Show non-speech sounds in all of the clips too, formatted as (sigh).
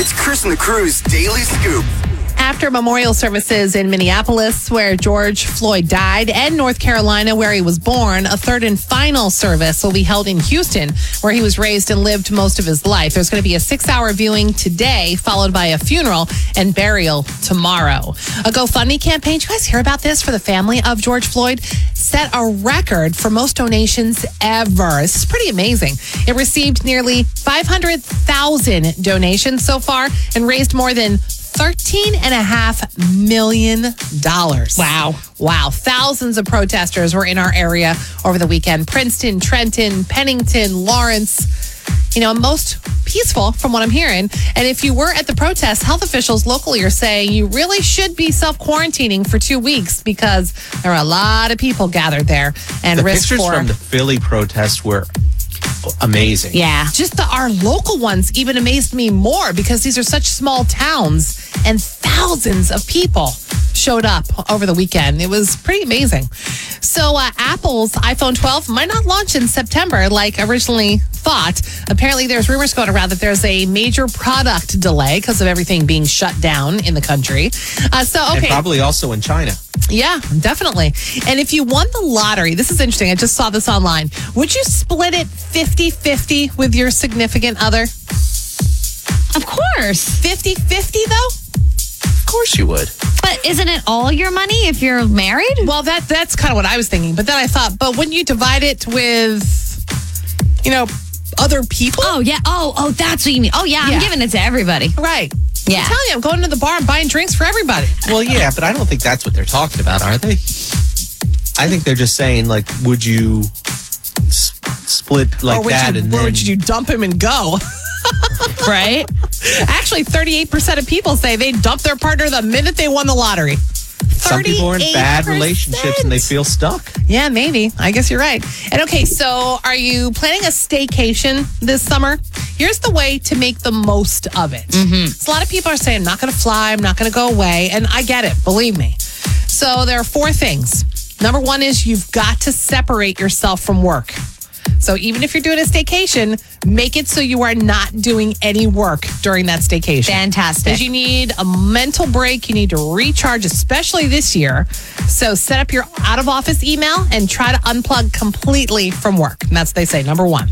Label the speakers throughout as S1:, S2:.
S1: It's Chris and the Crew's Daily Scoop.
S2: After memorial services in Minneapolis, where George Floyd died, and North Carolina, where he was born, a third and final service will be held in Houston, where he was raised and lived most of his life. There's going to be a six hour viewing today, followed by a funeral and burial tomorrow. A GoFundMe campaign, did you guys hear about this for the family of George Floyd? Set a record for most donations ever. This is pretty amazing. It received nearly 500,000 donations so far and raised more than Thirteen and a half million dollars. Wow. Wow. Thousands of protesters were in our area over the weekend. Princeton, Trenton, Pennington, Lawrence. You know, most peaceful from what I'm hearing. And if you were at the protest, health officials locally are saying you really should be self quarantining for two weeks because there are a lot of people gathered there and
S3: The
S2: risk
S3: pictures
S2: for
S3: from the Philly protest were amazing.
S4: Yeah.
S2: just the our local ones even amazed me more because these are such small towns and thousands of people showed up over the weekend. It was pretty amazing. So uh, Apple's iPhone 12 might not launch in September like originally thought. Apparently, there's rumors going around that there's a major product delay because of everything being shut down in the country. Uh, so okay,
S3: And probably also in China.
S2: yeah, definitely. And if you won the lottery, this is interesting. I just saw this online. Would you split it 50 50 with your significant other?
S4: Of course.
S2: 50 50 though?
S3: Of course you would.
S4: But isn't it all your money if you're married?
S2: Well, that that's kind of what I was thinking. But then I thought, but wouldn't you divide it with, you know, other people?
S4: Oh yeah. Oh, oh, that's what you mean. Oh yeah,
S2: Yeah.
S4: I'm giving it to everybody.
S2: Right.
S4: Yeah.
S2: I'm telling you, I'm going to the bar and buying drinks for everybody.
S3: Well, yeah, but I don't think that's what they're talking about, are they? I think they're just saying, like, would you s- split like
S2: or would,
S3: that
S2: you,
S3: and
S2: or
S3: then
S2: would you dump him and go?
S4: Right?
S2: Actually, 38% of people say they dumped their partner the minute they won the lottery.
S3: some people are in bad relationships and they feel stuck.
S2: Yeah, maybe. I guess you're right. And okay, so are you planning a staycation this summer? Here's the way to make the most of it. So a lot of people are saying, I'm not going to fly, I'm not going to go away. And I get it, believe me. So there are four things. Number one is you've got to separate yourself from work. So even if you're doing a staycation, make it so you are not doing any work during that staycation.
S4: Fantastic.
S2: Because you need a mental break. You need to recharge, especially this year. So set up your out of office email and try to unplug completely from work. And that's, they say, number one.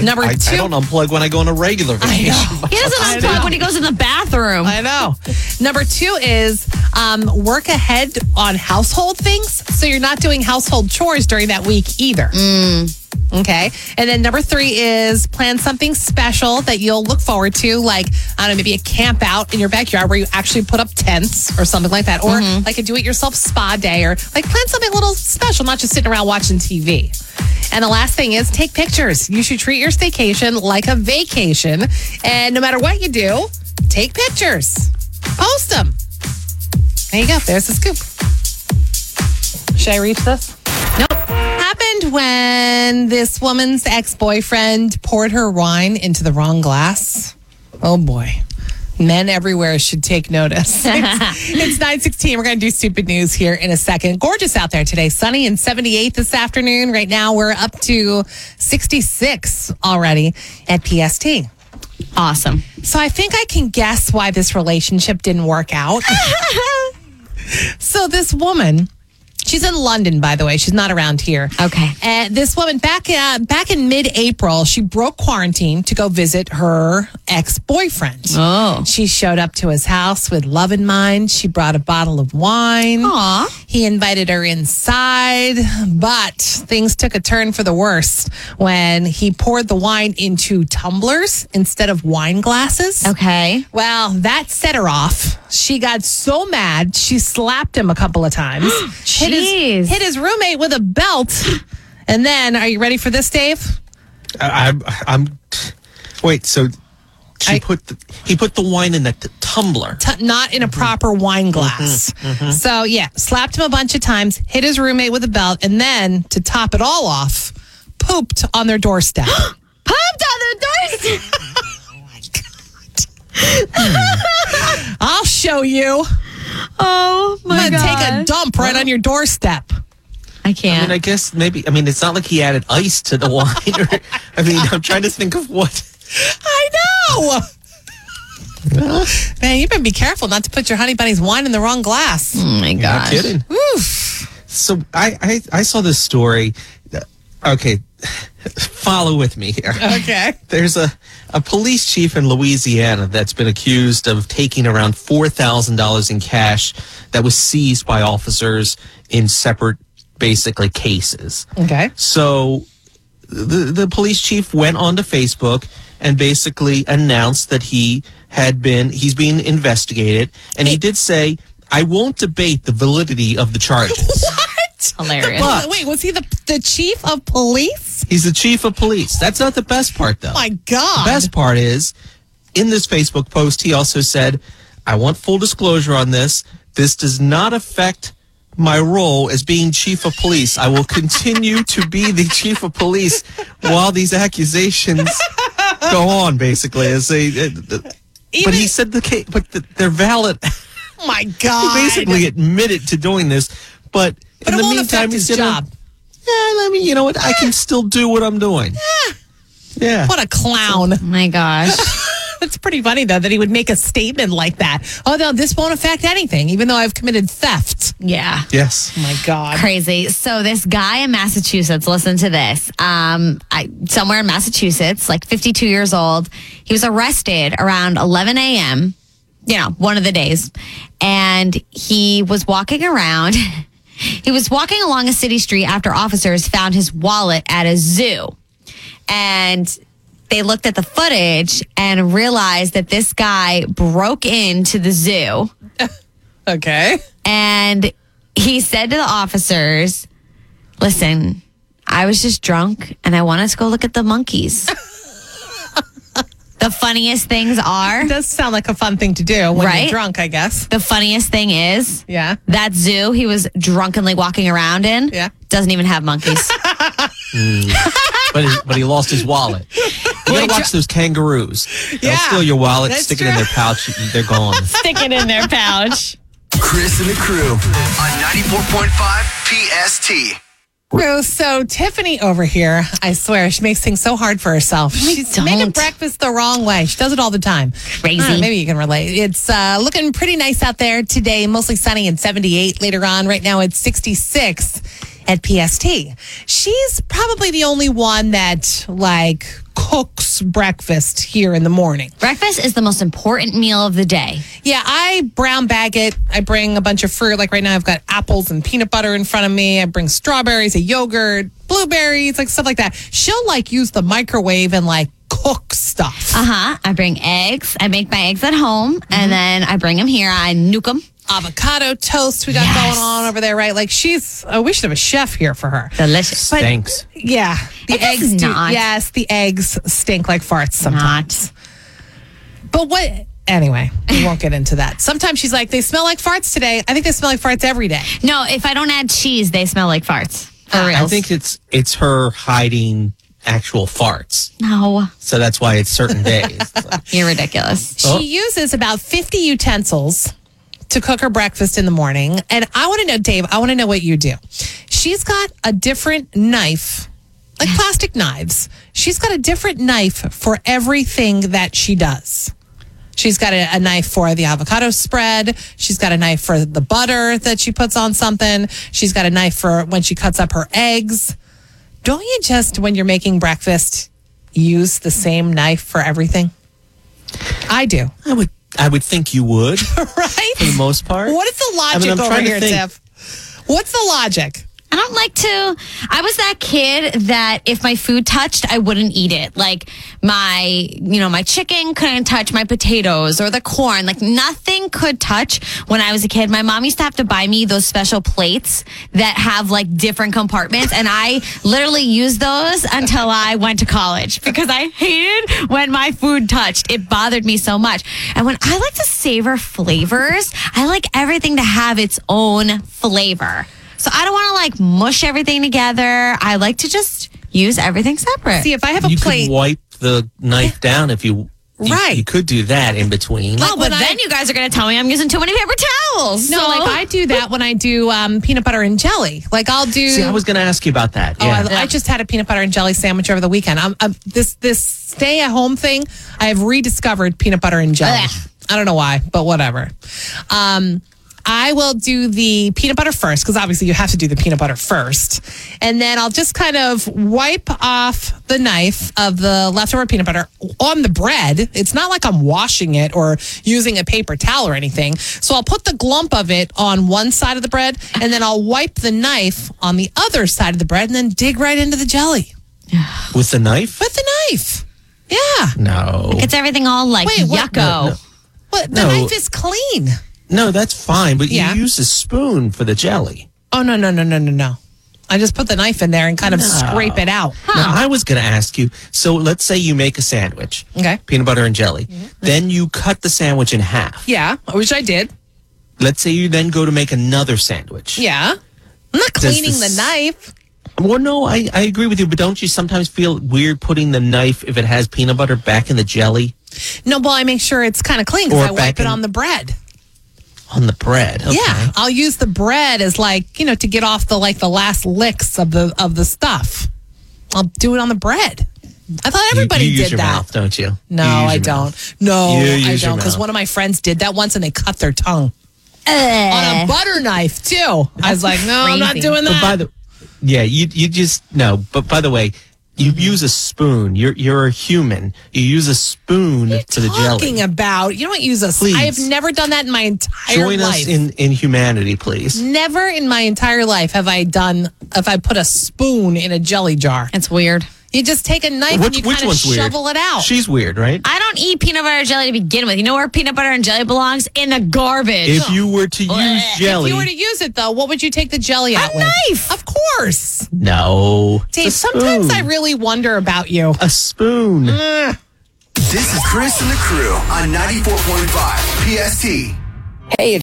S2: Number
S3: I,
S2: two.
S3: I don't unplug when I go on a regular vacation.
S4: He
S2: I
S4: doesn't
S2: know.
S4: unplug when he goes in the bathroom.
S2: I know. Number two is um, work ahead on household things. So you're not doing household chores during that week either. Okay. And then number three is plan something special that you'll look forward to, like, I don't know, maybe a camp out in your backyard where you actually put up tents or something like that, or like a do it yourself spa day, or like plan something a little special, not just sitting around watching TV. And the last thing is take pictures. You should treat your staycation like a vacation. And no matter what you do, take pictures, post them. There you go. There's the scoop. Should I reach this? Nope. Happened when this woman's ex boyfriend poured her wine into the wrong glass. Oh boy. Men everywhere should take (laughs) notice. It's, it's 916. We're going to do stupid news here in a second. Gorgeous out there today. Sunny and 78 this afternoon. Right now, we're up to 66 already at PST.
S4: Awesome.
S2: So I think I can guess why this relationship didn't work out.
S4: (laughs)
S2: so this woman, she's in London, by the way. She's not around here.
S4: Okay.
S2: And this woman back uh, back in mid-April, she broke quarantine to go visit her ex-boyfriend.
S4: Oh.
S2: She showed up to his house with love in mind. She brought a bottle of wine.
S4: Aw.
S2: He invited her inside, but things took a turn for the worse when he poured the wine into tumblers instead of wine glasses.
S4: Okay.
S2: Well, that set her off. She got so mad, she slapped him a couple of
S4: (gasps)
S2: times. hit,
S4: Jeez.
S2: his, hit his roommate with a belt. And then, are you ready for this, Dave?
S3: (laughs) I, I'm, I'm. Wait, so she
S2: I-
S3: put the, he put the wine in the t- tumbler.
S2: t- not in a
S4: Mm-hmm.
S2: proper wine glass. So yeah, slapped him a bunch of times, hit his roommate with a belt, and then to top it all off, pooped on their
S4: (gasps)
S2: doorstep. (gasps)
S4: Pooped on the doorstep.
S2: I'll show you.
S4: Oh my
S2: I'm gonna take a
S4: god.
S2: dump right on your doorstep.
S4: I
S3: I mean,
S4: can't.
S3: I guess maybe. I mean, it's not like he added ice to the (laughs) wine. Or, I mean, I'm trying to think of what.
S2: I know. Man, you better be careful not to put your honey bunny's wine in the wrong glass.
S4: Oh my
S3: Not
S4: gosh.
S3: kidding. So I, I I saw this story. Okay, (laughs) follow with me here.
S2: Okay.
S3: There's a, a police chief in Louisiana that's been accused of taking around $4,000 in cash that was seized by officers in separate, basically, cases.
S2: Okay.
S3: So the, the police chief went onto Facebook and basically announced that he had been, he's being investigated. And he did say, I won't debate the validity of
S2: (laughs)
S3: the charges.
S2: What?
S4: Hilarious.
S2: The poli- wait, was he the, the chief of police?
S3: he's the chief of police. That's not the best part, though.
S2: My God.
S3: best part is in this Facebook post, he also said, I want full disclosure on this. This does not affect my role as being chief of police. I will continue to be the chief of police while these accusations go on, basically. As they, uh, uh,
S2: Even-
S3: but he said the case, but th they're valid.
S2: Oh my
S3: he
S2: God.
S3: (laughs) basically admitted to doing this, but,
S2: but
S3: in
S2: it
S3: the
S2: won't
S3: meantime,
S2: affect
S3: he's
S2: his
S3: gonna,
S2: job. Eh.
S3: Yeah, I mean, you know what? I can still do what I'm doing. Yeah.
S2: What a clown.
S4: Oh my (laughs) gosh.
S2: It's pretty funny, though, that he would make a statement like that. Oh, no, this won't affect anything, even though I've committed theft.
S4: Yeah.
S3: yes.
S2: Oh my God.
S4: Crazy. So this guy in Massachusetts, listen to this. Um, I, somewhere in Massachusetts, like 52 years old, he was arrested around 11 a.m. You know, one of the days, and he was walking around. (laughs) He was walking along a city street after officers found his wallet at a zoo, and they looked at the footage and realized that this guy broke into the zoo
S2: (laughs) Okay.
S4: and he said to the officers, "Listen, I was just drunk and I wanted to go look at the (laughs) monkeys." the funniest things are
S2: It does sound like a fun thing to do when
S4: Right?
S2: you're drunk, I guess.
S4: the funniest thing is
S2: Yeah.
S4: that zoo he was drunkenly walking around in
S2: Yeah.
S4: doesn't even have monkeys.
S3: but he, but he lost his wallet.
S2: (laughs)
S3: You gotta watch those kangaroos. They'll
S2: Yeah,
S3: steal your wallet,
S2: that's
S3: stick it in
S2: true.
S3: their pouch, and
S2: (laughs)
S3: they're gone.
S4: (laughs) Stick it in their pouch.
S1: Chris and the crew on 94.5 PST.
S2: Rose, so Tiffany over here, I swear, she makes things so hard for herself. She's making
S4: don't.
S2: breakfast the wrong way. She does it all the time.
S4: Crazy.
S2: I don't know, maybe you can relate. It's uh, looking pretty nice out there today, mostly sunny and 78 later on. Right now it's 66 at PST. She's probably the only one that, like, cooks breakfast here in the morning.
S4: Breakfast is the most important meal of the day.
S2: Yeah, I brown bag it. I bring a bunch of fruit. Like right now, I've got apples and peanut butter in front of me. I bring strawberries, a yogurt, blueberries, like stuff like that. She'll like use the microwave and like cook stuff.
S4: Uh huh. I bring eggs. I make my eggs at home, and then I bring them here. I nuke them.
S2: Avocado toast we got
S4: Yes.
S2: going on over there, right? Like she's, oh, we should have a chef here for her.
S4: Delicious.
S2: But-
S3: Thanks.
S2: Yeah, the
S4: It does
S2: eggs do.
S4: not.
S2: Yes, the eggs stink like farts sometimes.
S4: Not.
S2: But what? Anyway, we won't get into that. Sometimes she's like, they smell like farts today. I think they smell like farts every day.
S4: No, if I don't add cheese, they smell like farts. For real.
S3: I think it's it's her hiding actual farts,
S4: No,
S3: so that's why it's
S2: (laughs)
S3: certain days. It's like,
S4: you're ridiculous.
S2: She
S3: Oh.
S2: uses about 50 utensils to cook her breakfast in the morning. And I want to know, Dave, I want to know what you do. She's got a different knife, like plastic knives. She's got a different knife for everything that she does. She's got a, a knife for the avocado spread. She's got a knife for the butter that she puts on something. She's got a knife for when she cuts up her eggs. Don't you just, when you're making breakfast, use the same knife for everything? I do.
S3: I would I would think
S2: (laughs)
S3: you would for the
S2: Right?
S3: most part.
S2: What is the
S3: I
S2: logic
S3: mean, I'm
S2: over
S3: trying to
S2: here,
S3: think.
S2: Tiff? What's the logic?
S4: I don't like to. I was that kid that if my food touched, I wouldn't eat it. Like my, you know, my chicken couldn't touch my potatoes or the corn. Like nothing could touch when I was a kid. My mom used to have to buy me those special plates that have like different compartments. And I literally used those until I went to college because I hated when my food touched. It bothered me so much. And when I like to savor flavors, I like everything to have its own flavor. So I don't want to like mush everything together. I like to just use everything separate.
S2: See, if I have a
S3: you
S2: plate,
S3: could wipe the knife down if you, you-
S2: Right.
S3: You could do that in between.
S4: oh,
S2: when
S4: but
S2: I-
S4: then you guys are going to tell me I'm using too many paper towels.
S2: no,
S4: so.
S2: like I do that when I do um, peanut butter and jelly. Like I'll do.
S3: See, I was going to ask you about that.
S2: Oh,
S3: yeah.
S2: I, I just had a peanut butter and jelly sandwich over the weekend. I'm, I'm, this this stay at home thing, I have rediscovered peanut butter and jelly.
S4: Ugh.
S2: I don't know why, but whatever. Um, I will do the peanut butter first because obviously you have to do the peanut butter first. And then I'll just kind of wipe off the knife of the leftover peanut butter on the bread. It's not like I'm washing it or using a paper towel or anything. So I'll put the glump of it on one side of the bread and then I'll wipe the knife on the other side of the bread and then dig right into the jelly
S3: With the knife?
S2: with the knife. Yeah.
S3: No.
S4: It's everything all like
S2: Wait, what?
S4: yucko.
S2: No, no. But the
S3: No.
S2: knife is clean.
S3: No, that's fine, but
S2: Yeah.
S3: you use a spoon for the jelly.
S2: Oh no no no no no no! I just put the knife in there and kind of scrape it out.
S3: Now, I was going to ask you. So, let's say you make a sandwich,
S2: Okay. Mm-hmm.
S3: peanut butter and jelly. Then you cut the sandwich in half.
S2: Yeah, which I did.
S3: Let's say you then go to make another sandwich.
S2: Yeah, I'm not
S3: Does
S2: cleaning
S3: this-
S2: the knife.
S3: Well, no, I, I agree with you, but don't you sometimes feel weird putting the knife if it has peanut butter back in the jelly
S2: No, well, I make sure it's kind of clean
S3: Or
S2: because I wipe
S3: back
S2: it
S3: in-
S2: on the bread.
S3: on the bread? Okay.
S2: Yeah, I'll use the bread as like you know to get off the like the last licks of the of the stuff. I'll do it on the bread. I thought
S3: You-
S2: everybody
S3: you, use
S2: did
S3: your
S2: that.
S3: mouth, don't you?
S2: No,
S3: You use
S2: I
S3: your
S2: don't.
S3: mouth.
S2: No,
S3: You
S2: I
S3: use your
S2: don't. Because
S3: mouth.
S2: one of my friends did that once and they cut their tongue on a butter knife too. I was like, no, I'm not
S4: crazy.
S2: doing that.
S3: But by Eh. the yeah, you you just no. But by the way, you use a spoon. You're you're a human. You use a spoon for the
S2: talking
S3: jelly.
S2: about? You don't use a.
S3: Please.
S2: I have never done that in my entire
S3: Join
S2: life.
S3: us in in humanity, please.
S2: never in my entire life have I done if I put a spoon in a jelly jar.
S4: It's weird.
S2: You just take a knife and
S3: Which
S2: you
S3: which
S2: kind of
S3: one's weird?
S2: shovel it out.
S3: She's weird, right?
S4: I don't eat peanut butter and jelly to begin with. You know where peanut butter and jelly belongs? In the garbage.
S3: if you were to use
S4: If you
S2: if
S3: jelly,
S2: you were to use it though, what would you take the jelly out with?
S4: knife.
S2: of course.
S3: no. It's a
S2: Dave, sometimes I Mm.
S3: spoon.
S2: really wonder about you.
S3: a spoon.
S1: This is Chris and the crew on 94.5 PST.
S5: Hey, it's